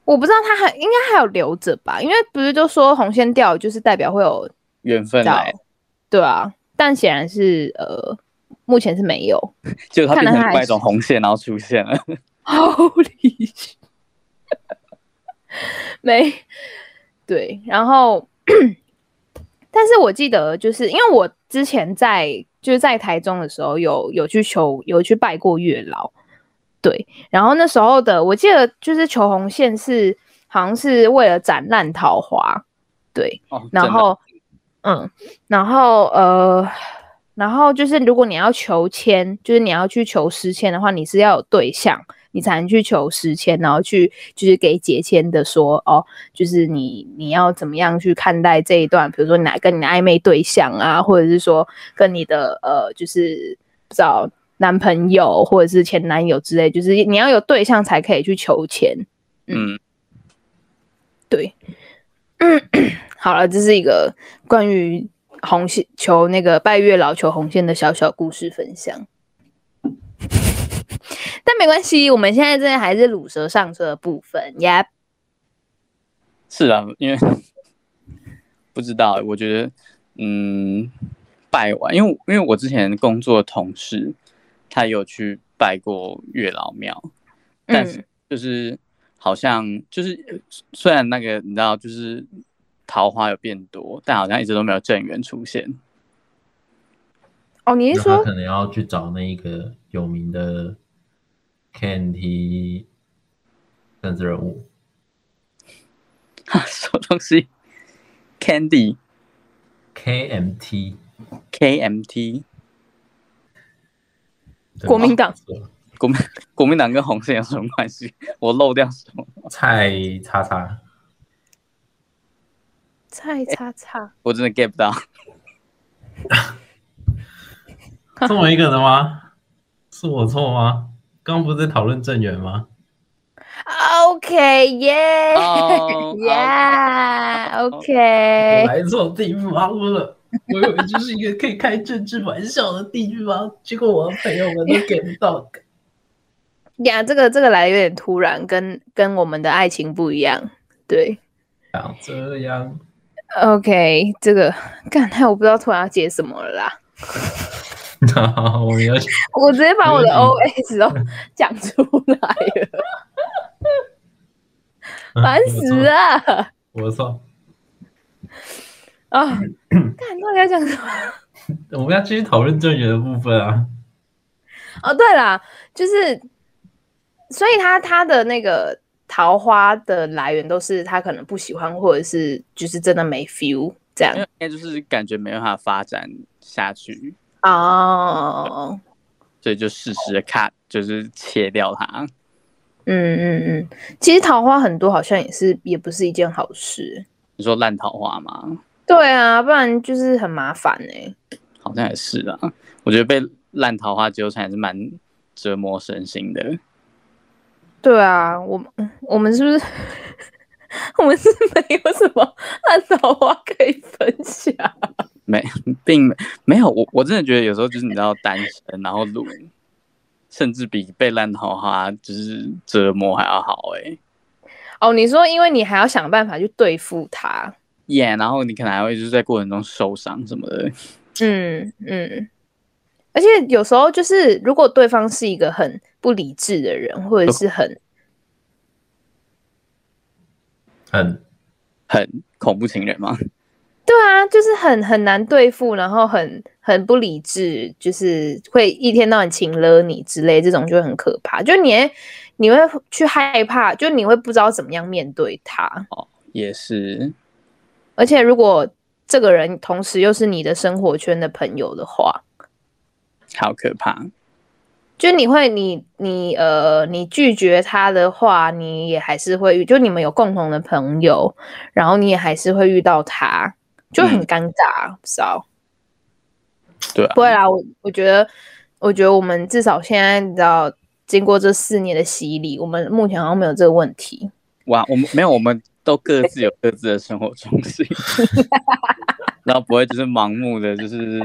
C: 我不知道他还应该还有留着吧，因为不是就说红线掉就是代表会有
B: 缘分
C: 到
B: 来，，
C: 对啊，但显然是呃目前是没有。
B: 结果他变成
C: 看来他还
B: 另外一种红线，然后出现了。
C: Holy shit 没对，然后 但是我记得，就是因为我之前在就是在台中的时候有，有去求有去拜过月老，对。然后那时候的我记得就是求红线是好像是为了斩烂桃花，对。
B: 哦，
C: 然
B: 真的
C: 后，嗯，然后呃，然后就是如果你要求签，就是你要去求诗签的话，你是要有对象，你才能去求诗签，然后去就是给解签的说，哦，就是你你要怎么样去看待这一段，比如说你哪跟你的暧昧对象啊，或者是说跟你的呃，就是不知道男朋友或者是前男友之类，就是你要有对象才可以去求签。
B: 嗯，
C: 对， 好了，这是一个关于红线求那个拜月老求红线的小小故事分享。 但没关系，我们现在正在还是乳蛇上车的部分呀。
B: 是啊，因为不知道欸，我觉得，嗯，拜完，因为因为我之前工作的同事，他有去拜过月老庙，
C: 嗯
B: 但是就是好像就是虽然那个你知道就是桃花有变多，但好像一直都没有正缘出现。
C: 哦，你是
A: 那他
C: 说
A: 可能要去找那一个有名的 KNT 政治人物，
B: 什么东西？Candy
A: KMT
B: KMT
A: 对吧
C: 国民党
B: 国民国民党跟红线有什么关系？ 我漏掉什么？
A: 蔡叉叉，
C: 菜叉叉？
B: 我真的 get 不到。
A: 这么一个人吗？是我错吗？刚刚不是在讨论郑源吗？
C: 啊 OK，耶、
B: 哦
C: Yeah，OK，
A: 来错地方了，我以为这是一个可以开政治玩笑的地方，结果我的朋友们都 get 不到。
C: 呀，这个这个来有点突然，跟跟我们的爱情不一样，对。
A: 长这样，
C: OK，这个干太我不知道突然要接什么了啦，
A: 然后我们要
C: 我直接把我的
A: 没问
C: OS 都讲出来了，烦死！
A: 啊
C: 了
A: 我的错
C: 啊！干到底要讲什么？
A: 我的错，我们要继续讨论郑源的部分啊。
C: 哦，对啦，就是，所以他他的那个桃花的来源都是他可能不喜欢，或者是就是真的没 feel 这样
B: 因为应该就是感觉没办法发展下去，
A: 嗯
C: 哦。
B: 所以就适时的 cut，就是切掉它。
C: 嗯嗯嗯，其实桃花很多好像也是也不是一件好事。
B: 你说烂桃花吗？
C: 对啊，不然就是很麻烦哎、
B: 好像也是啊。我觉得被烂桃花纠缠也是蛮折磨身心的。
C: 对啊，我们嗯我们是不是我们是没有什么 烂桃花可以分享？
B: 没，并没没有我，我真的觉得有时候就是你知道单身，然后鲁，甚至比被烂桃花就是折磨还要好哎、欸。
C: 哦，你说因为你还要想办法去对付他，
B: 耶、然后你可能还会就是在过程中受伤什么的，
C: 嗯嗯，而且有时候就是如果对方是一个很不理智的人，或者是很
A: 很
B: 很恐怖情人吗？
C: 对啊，就是很很难对付，然后很很不理智，就是会一天到晚请了你之类，这种就会很可怕，就你会你会去害怕，就你会不知道怎么样面对他。
B: 也是，
C: 而且如果这个人同时又是你的生活圈的朋友的话，
B: 好可怕。
C: 就你会你你呃你拒绝他的话，你也还是会遇，就你们有共同的朋友，然后你也还是会遇到他，就很
B: 嗯
C: 尴尬，不知道。
B: 对啊
C: 不，会啦，我我觉得我觉得我们至少现在你知道。经过这四年的洗礼，我们目前好像没有这个问题。
B: 哇，我们没有，我们都各自有各自的生活重 心，然后不会就是盲目的，就是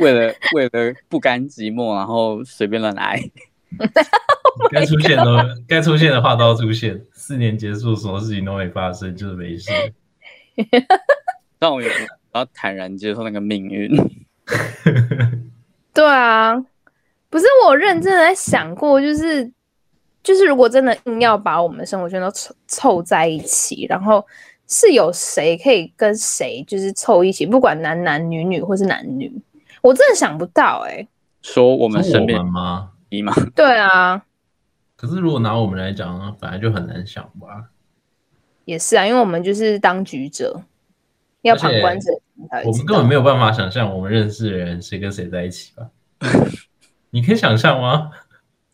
B: 为了为了不甘寂寞，然后随便乱来。
A: 该出现 的该出现的话都要出现。四年结束，什么事情都没发生，就是没事。
B: 但我也要坦然接受那个命运。
C: 对啊，不是我认真的在想过，就是就是如果真的硬要把我们的生活圈都凑凑在一起，然后是有谁可以跟谁就是凑一起，不管男男女女或是男女，我真的想不到哎、
B: 说我
A: 我
B: 们身边
A: 我们吗？
B: 一嘛，
C: 对啊，
A: 可是如果拿我们来讲，本来就很难想吧。
C: 也是啊，因为我们就是当局者，要旁观者才
A: 我
C: 会知
A: 们根
C: 道
A: 本。没有办法想象我们认识的人谁跟谁在一起吧？你可以想象吗？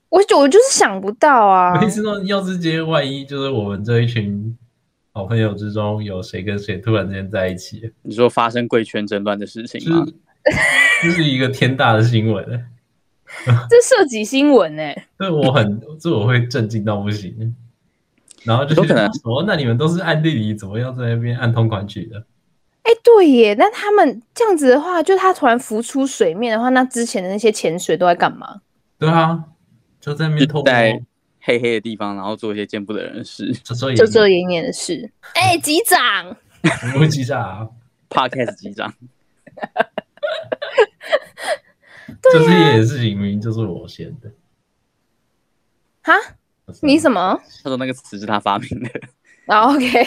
C: 我就我就是想不到啊
A: 我一，直到要是今天万一就是我们这一群好朋友之中有谁跟谁突然间在一起，
B: 你说发生贵圈争乱的事情
A: 就
B: 吗
A: 是？这是一个天大的新闻、欸，
C: 这涉及新闻哎、
A: 这我很这我会震惊到不行。然后就
B: 有
A: 是
B: 可能
A: 说，那你们都是暗地里怎么样在那边暗通款曲的？
C: 哎、对耶，那他们这样子的话，就他突然浮出水面的话，那之前的那些潜水都在干嘛？
A: 对啊，就在那边偷
B: 就在黑黑的地方，然后做一些见不得人的事。
A: 这所以
C: 遮遮掩掩的事。哎、机长，
A: 我们记下啊，
B: Podcast 机长，
C: 啊
A: 就是这件事情明明就是我先的。
C: 哈，你
A: 么？
C: 什么、
B: 他说那个词是他发明的
C: o k
A: 对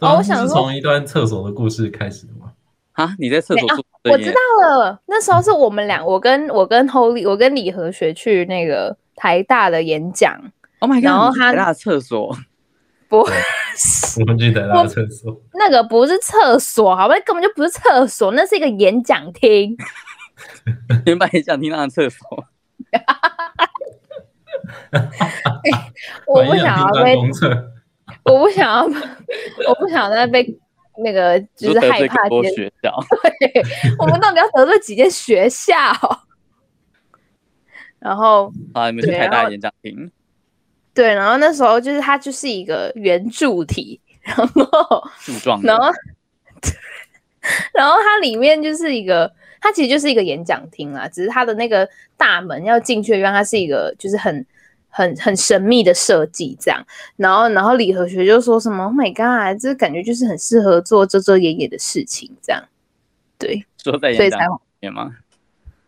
C: 哦
A: 啊
C: 我想
A: 这是
C: 说
A: 从一段厕所的故事开始的嘛。
B: 啊！你在厕所
C: 没啊
B: 做
C: 我
B: 这
C: 知
B: 些
C: 道了，那时候是我们俩，我跟我跟 Holy，我跟李和学去那个台大的演讲，
B: ？Oh my god！
C: 然后他
B: 你在他的厕所，
C: 不
A: 对 我们去台大的厕所，
C: 那个不是厕所，好吧，根本就不是厕所，那是一个演讲厅。
B: 原本也想听他的厕所，
C: 我不
A: 反应
C: 想要
A: 很哦
C: 被
A: 低端，公厕，
C: 我不想要，我不想再被那个就
B: 说得
C: 是害
B: 罪
C: 怕
B: 更多
C: 接
B: 学校。
C: 对， 我们到底要得罪几间学校？ 然后
B: 啊，你们去
C: 对
B: 台
C: 然
B: 大
C: 后
B: 演讲厅，
C: 对，然后那时候就是它就是一个圆柱体，然后
B: 柱状的
C: 然后 然后它里面就是一个，它其实就是一个演讲厅啦，只是它的那个大门要进去的地方，它是一个就是很。很很神秘的设计，这样，然后然后李和学就说什么 “Oh my god”，这感觉就是很适合做遮遮掩掩的事情，这样，对，
B: 说在
C: 所以
B: 演讲
C: 才
B: 里面吗？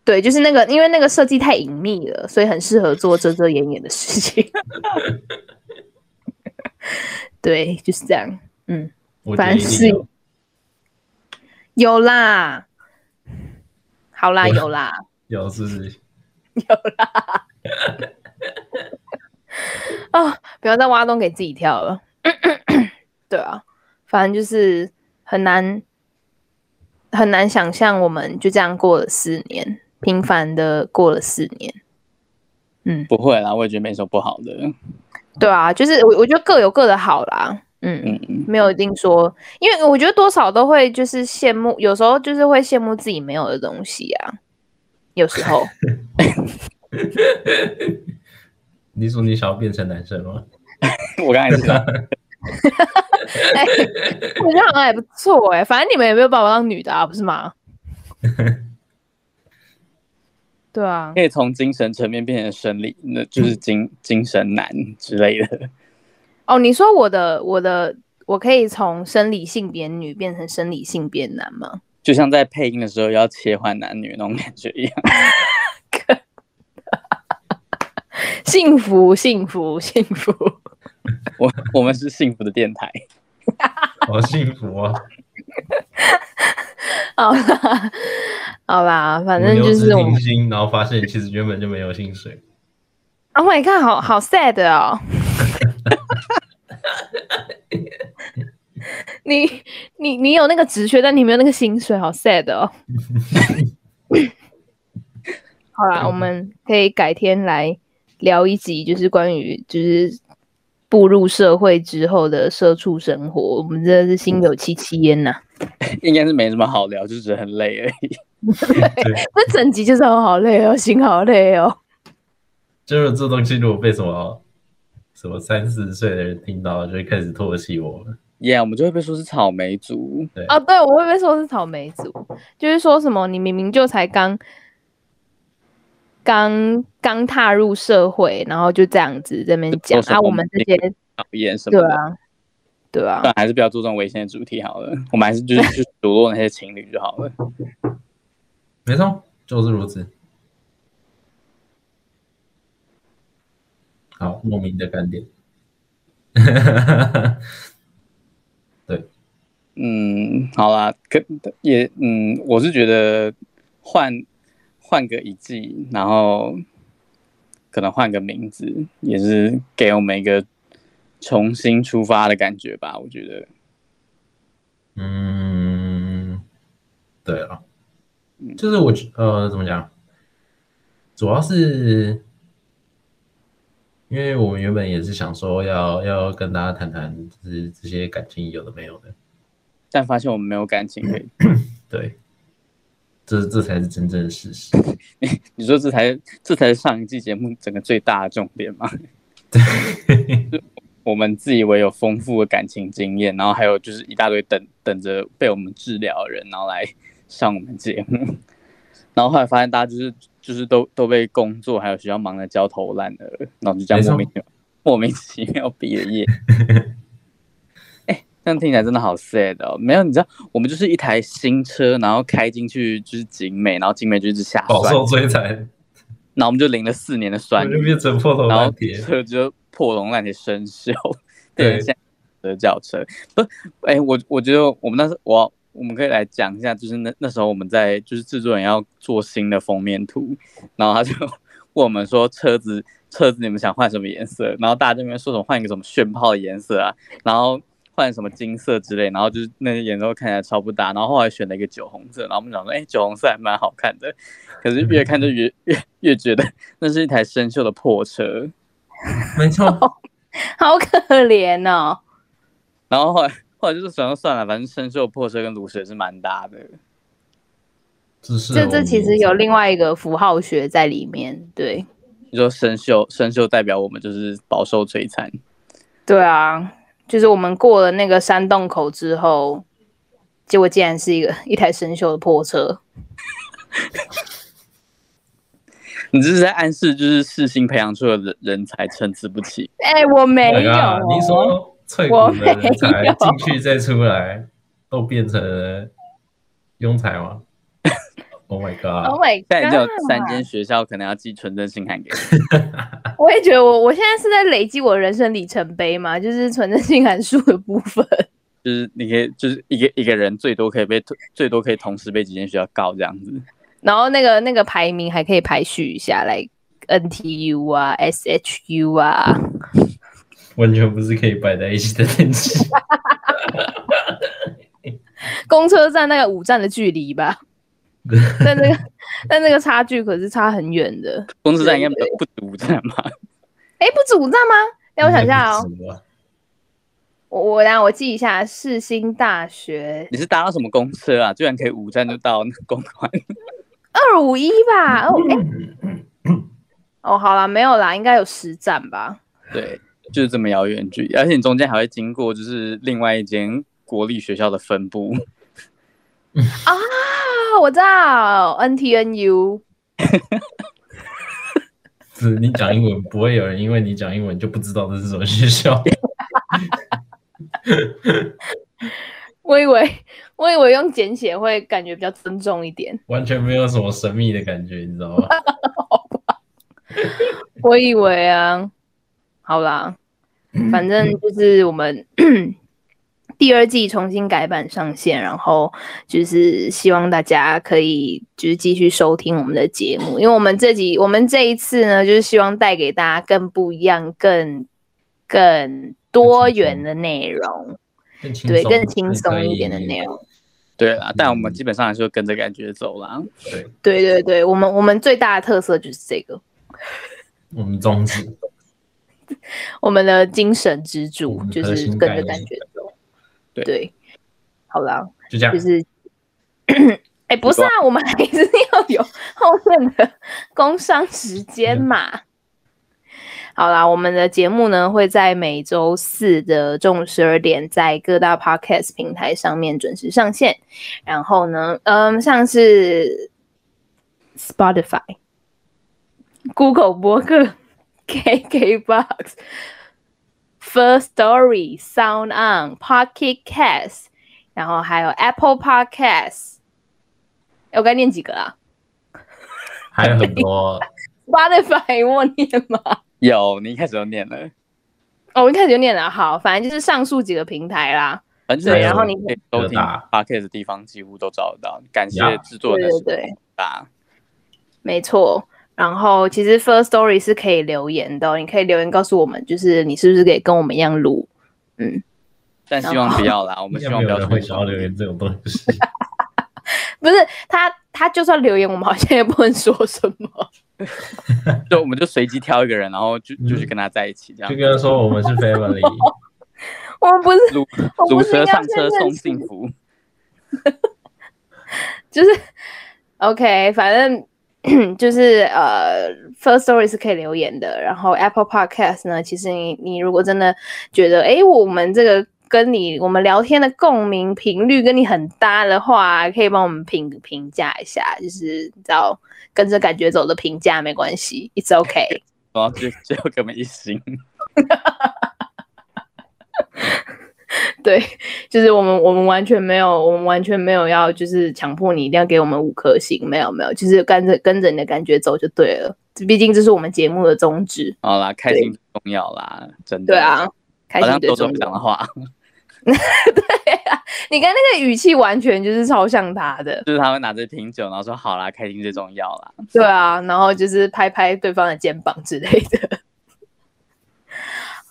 C: 对，就是那个，因为那个设计太隐秘了，所以很适合做遮遮掩掩的事情。 对，就是这样。
A: 我觉得
C: 反
A: 一
C: 正
A: 定有。
C: 有啦，好啦，有啦，
A: 有是不是？
C: 哦，不要再挖洞给自己跳了。 对啊，反正就是很难很难想象，我们就这样过了四年，平凡的过了四年。
B: 不会啦，我也觉得没什么不好的。嗯
C: 对啊，就是我我觉得各有各的好啦。嗯
B: 嗯嗯，
C: 没有一定说，因为我觉得多少都会就是羡慕，有时候就是会羡慕自己没有的东西啊。有时候
A: 你说你想要变成男生吗？
B: 我刚才知道，
C: 我觉得好像也不错哎、反正你们也没有把我当女的啊，不是吗？对啊，
B: 可以从精神层面变成生理，那就是
C: 嗯
B: 精精神男之类的。
C: 哦，你说我的我的我可以从生理性别女变成生理性别男吗？
B: 就像在配音的时候要切换男女那种感觉一样，
C: 幸福，幸福，幸福。
B: 我我们是幸福的电台，
A: 好幸福啊！
C: 好啦，好啦，反正
A: 我
C: 就
A: 们
C: 是
A: 留
C: 我
A: 职
C: 们
A: 停。薪，然后发现其实原本就没有薪 水。
C: Oh my god，好好 sad 哦。 你你你有那个职缺，但你没有那个薪水，好 sad 哦。好啦，我们可以改天来聊一集，就是关于就是步入社会之后的社畜生活。我们真的是心有戚戚焉呐、
B: 应该是没什么好聊，就只是很累而已。
A: 对，
C: 这整集就是哦好累哦，心好累哦。
A: 就是这东西如果被什么什么三四十岁的人听到，就会开始唾弃我们。
B: 耶、yeah,，我们就会被说是草莓族，
C: 啊，对，我会被说是草莓族，就是说什么你明明就才刚刚刚踏入社会，然后就这样子这边讲
B: 就说什
C: 啊，
B: 么
C: 我们这些
B: 讨厌什么
C: 对
B: 的。
C: 啊，对啊
B: 不，然还是不要做这种危险的主题好了，我们还是就是去数落那些情侣就好了。
A: 没错，就是如此。好，莫名的干点。对，
B: 嗯，好啦，可也嗯，我是觉得换换个一季，然后可能换个名字，也是给我们一个重新出发的感觉吧。我觉得，
A: 嗯，对啊，就是我觉呃怎么讲，主要是因为我们原本也是想说要要跟大家谈谈，就是这些感情有的没有的，
B: 但发现我们没有感情可以，
A: 对，这这才是真正的事实。
B: 你说这才这才是上一季节目整个最大的重点吗？ 我们自以为有丰富的感情经验，然后还有就是一大堆等等着被我们治疗的人，然后来上我们节目，然后后来发现大家就是就是都都被工作还有学校忙得焦头烂额，然后就这样
A: 没错
B: 莫名其妙莫名其妙毕了 业。哎，这样听起来真的好 sad 哦。没有，你知道我们就是一台新车，然后开进去就是景美，然后景美就一直下
A: 饱
B: 酸，
A: 受摧残，
B: 然后我们就淋了四年的
A: 我
B: 酸雨
A: 就变成破头
B: 然后
A: 烂铁。
B: 车就破龙烂铁生锈，
A: 对
B: 变成现在的轿车。不，哎、我我觉得我们那时我我们可以来讲一下，就是那那时候我们在就是制作人要做新的封面图，然后他就问我们说车子车子你们想换什么颜色，然后大家这边说什么换一个什么炫炮的颜色啊，然后。换什么金色之类，然后就是那些颜色看起来超不搭，然后后来选了一个酒红色，然后我们想说，哎、酒红色还蛮好看的，可是越看就越越越觉得那是一台生锈的破车，
A: 没错，
C: 好可怜哦。
B: 然后后来后来就是想说算了，反正生锈破车跟卤水是蛮搭的。
A: 这是
C: 这
A: 我
C: 这
A: 们
C: 其实有另外一个符号学在里面，对
B: 你说生锈，生锈代表我们就是饱受摧残。
C: 对啊，就是我们过了那个山洞口之后，结果竟然是一个一台生锈的破
A: Oh
C: 车。
B: 你这是在暗示，就是世新培养出的人人才参差不齐。
C: 哎，我没
A: Oh
C: 有
A: my god，你
C: 哦，
A: 说脆骨
C: 我
A: 的人
C: 没
A: 才
C: 有
A: 进去再出来，都变成了庸才 吗？Oh my
C: Oh
A: god！
C: my
B: 现在已经有
C: god！
B: 三间学校可能要寄存真信函给你。
C: 我也觉得我我现在是在累积我人生里程碑嘛， 就是存真性函数的部分。
B: 就是你可以，就是一个一个人最多可以被最多可以同时被几间学校告这样子。
C: 然后那个那个排名还可以排序一下，来 NTU 啊、SHU 啊，
A: 完全不是可以摆在一起的东 西。
C: 公车站那个五站的距离吧。 但那个但那个差距可是差很远的。
B: 公司站应该没有不独占嘛？
C: 哎，不止五站吗？让我想一下
A: 应
C: 哦，
A: 该不止吧。
C: 我我等下我记一下，世新大学
B: 你是搭到什么公车啊？居然可以五站就到那个公馆？
C: 二五一吧。哦，哎， 哦，好啦，没有啦，应该有十站吧。
B: 对，就是这么遥远距离，而且你中间还会经过就是另外一间国立学校的分部，
C: 啊，我知道 NTNU，
A: 是你讲英文，不会有人因为你讲英文就不知道这是什么学校。
C: 我以为我以为用简写会感觉比较尊重一点。
A: 完全没有什么神秘的感觉，你知道吗？
C: 呃我以为啊，好啦，
A: 嗯
C: 反正就是我们 第二季重新改版上线，然后就是希望大家可以就是继续收听我们的节目，因为我们这集我们这一次呢，就是希望带给大家更不一样、更更多元的内容，
A: 更轻松
C: 对，更轻松一点的内。容。
B: 对啦，但我
A: 嗯
B: 们基本上还是会跟着感觉走啦。
C: 对对对，我们我们最大的特色就是这个，
A: 我们宗旨，
C: 我们的精神支柱
A: 我们的
C: 就
A: 核
C: 是
A: 心
C: 跟
A: 概
C: 着
A: 念
C: 感觉走。
B: 对
C: 对，好啦，
A: 就这样
C: 就。是，哎、不是啊，我们还是要有后面的工商时间嘛。好啦，我们的节目呢会在每周四的中午十二点，在各大 podcast 平台上面准时上线。然后呢，嗯，像是 Spotify、Google 播客、KKBox、First Story、Sound On、Pocket Cast。然后还有 Apple Podcast，诶我该念几个啊
A: 还有很 多，
C: ？Spotify 我念吗？
B: 有，你一开始就念了，
C: 哦，我一开始就念了，好，反正就是上述几个平台啦。
B: 反正
A: 对
B: 就是
A: 然后
C: 你
B: 可以收
A: 各
B: 听
A: 大
B: podcast 的地方几乎都找得到。感谢
A: 啊呀
B: 制作人
C: 对对对
B: 吧，
C: 没错。然后其实 First Story 是可以留言的哦、你可以留言告诉我们，就是你是不是可以跟我们一样录。
B: 但希望不要啦，我们希望
A: 应该没有
B: 不要
A: 人
B: 出
A: 会想要留言这种东西。
C: 不是他，他就算留言，我们好像也不能说什么。
B: 就我们就随机挑一个人，然后就
A: 嗯
B: 就去跟他在一起，这
A: 就
B: 样
A: 跟他说我们是 family，
C: 我们不是，
B: 如
C: 我
B: 如
C: 不是
B: 蛇
C: 应该
B: 上
C: 先
B: 车
C: 认
B: 送
C: 识
B: 幸福。
C: 就是 OK，反正 就是呃，First Story 是可以留言的。然后 Apple Podcast 呢，其实你你如果真的觉得，诶，我们这个跟你我们聊天的共鸣频率跟你很搭的话，可以帮我们评评价一下，就是你知道跟着感觉走的评价没关系，It's OK。
B: 然后就只有给我们一星，
C: 对，就是我们我们完全没有，我们完全没有要就是强迫你一定要给我们五颗星，没有没有，就是跟着跟着你的感觉走就对了。毕竟这是我们节目的宗旨。
B: 好啦，开心最重要啦，真的。
C: 对啊，，开
B: 好
C: 心
B: 像
C: 最
B: 多
C: 重
B: 多讲的
C: 要。
B: 话，
C: 对啊，你看那个语气完全就是超像他的。
B: 就是他会拿着瓶酒，然后说好啦，开心最重要啦。
C: 对啊，然后就是拍拍对方的肩膀之类的。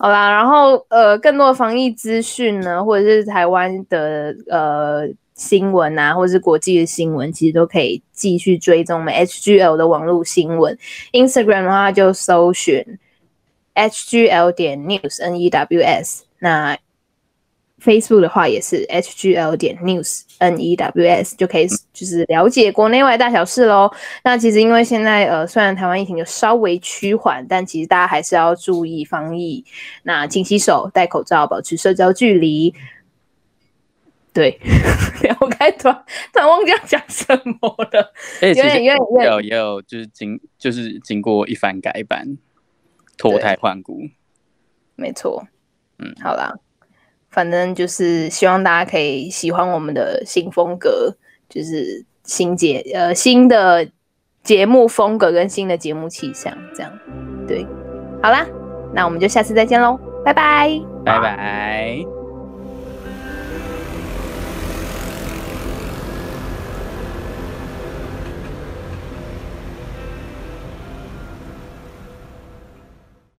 C: 好啦，然后呃，更多的防疫资讯呢，或者是台湾的呃新闻啊，或者是国际的新闻，其实都可以继续追踪我们 HGL 的网络新闻。Instagram 的话就搜寻 HGL 点 news n e w s，那 Facebook 的话也是 HGL 点 news n e w s 就可以就是了解国内外大小事喽。那其实因为现在呃，虽然台湾疫情有稍微趋缓，但其实大家还是要注意防疫，那勤洗手、戴口罩、保持社交距离。对， 我该突然突然忘记要讲什么了，
B: 而且哎
C: 有
B: 其
C: 点
B: 实
C: 有点有
B: 也
C: 点
B: 有也有就是经就是经过一番改版，脱胎换骨。
C: 没错，
B: 嗯，
C: 好啦，反正就是希望大家可以喜欢我们的新风格，就是新节呃新的节目风格跟新的节目气象，这样对，好啦，那我们就下次再见喽，拜拜。
B: 拜拜。